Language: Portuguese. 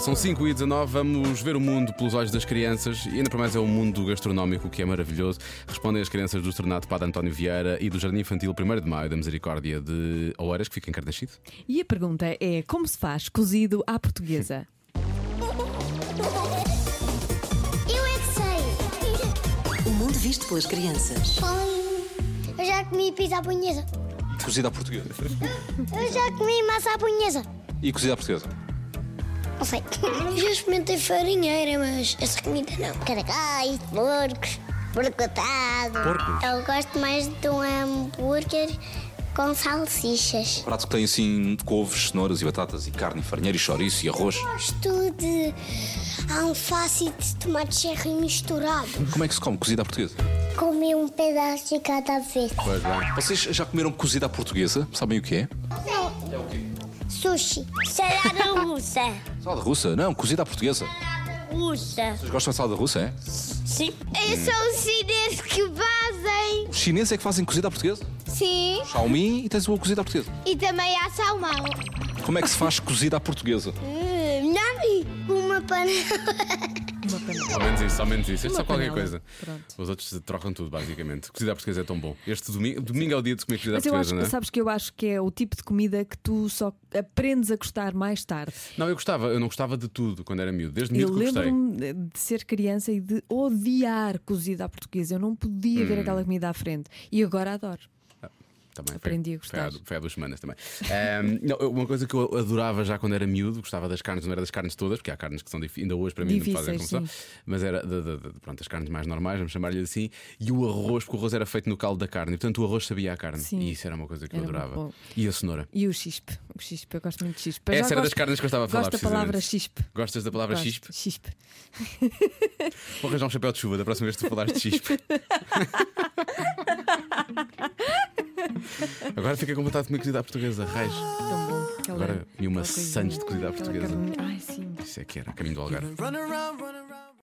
São 5 e 19 vamos ver o mundo pelos olhos das crianças e ainda por mais é o mundo gastronómico que é maravilhoso. Respondem as crianças do Estrenato Padre António Vieira e do Jardim Infantil 1 de Maio da Misericórdia de Oeiras, que fica em Carnaxide. E a pergunta é: como se faz cozido à portuguesa? Eu é que sei. O mundo visto pelas crianças. Pão. Eu já comi pizza à punhesa. Cozida à portuguesa. Eu já comi massa à punhesa. E cozida à portuguesa. Não sei. Já experimentei farinheira, mas essa comida não. Caracóis, porcos, porcotado. Porcos? Eu gosto mais de um hambúrguer com salsichas. Prato que tem assim couves, cenouras e batatas e carne, e farinheiro e chouriço e arroz. Gosto de alface e de tomate cherry misturado. Como é que se come cozida à portuguesa? Comi um pedaço de cada vez. Pois bem. Vocês já comeram cozida à portuguesa? Sabem o que é? É o quê? Sushi. um Salada russa. Salada russa? Não, cozida à portuguesa. Russa. Vocês gostam de salada russa, é? Sim. São os chineses que fazem. Os chineses é que fazem cozida à portuguesa. Sim. Xiaomi e tens uma cozida à portuguesa. E também há salmão. Como é que se faz cozida à portuguesa? Nani. Hum, Uma panela. Ao menos isso, ao menos isso. Este Uma sabe qualquer panela. coisa. Pronto. Os outros trocam tudo, basicamente. Cozida à portuguesa é tão bom. Este domingo, domingo é o dia de comer cozida à Mas eu acho, portuguesa, não é? sabes que eu acho que é o tipo de comida que tu só aprendes a gostar mais tarde. Não, eu gostava, eu não gostava de tudo quando era miúdo. Desde Eu miúdo que gostei. lembro-me de ser criança e de odiar cozida à portuguesa. Eu não podia Hum. ver aquela comida à frente. E agora adoro. Também Aprendi foi, a gostar. Foi há, du- foi há duas semanas também. Ahm, não, eu- uma coisa que eu adorava já quando era miúdo, gostava das carnes, não era das carnes todas, porque há carnes que são difí- ainda hoje para mim não me fazem Difíceis, confusão, mas era de- de- de- pronto, as carnes mais normais, vamos chamar-lhe assim, e o arroz, porque o arroz era feito no caldo da carne, e, portanto o arroz sabia a carne. Sim. E isso era uma coisa que eu Era muito adorava. bom. E a cenoura. E o chispe. O chispe, eu gosto muito de chispe. Eu Essa era já das gosto- carnes que eu estava a falar. Gosto da palavra precisamente. chispe. Gostas da palavra Gosto. chispe? Chispe. Vou arranjar um chapéu de chuva da próxima vez que tu falares de chispe. Agora fica com vontade de comer cozida à portuguesa, raios. Tão bom. Aquela- Agora, e uma aquela Santos de cozida coisinha, à aquela portuguesa. carninha. Ai, sim. Isso é que era, caminho do Algarve. Run around, run around.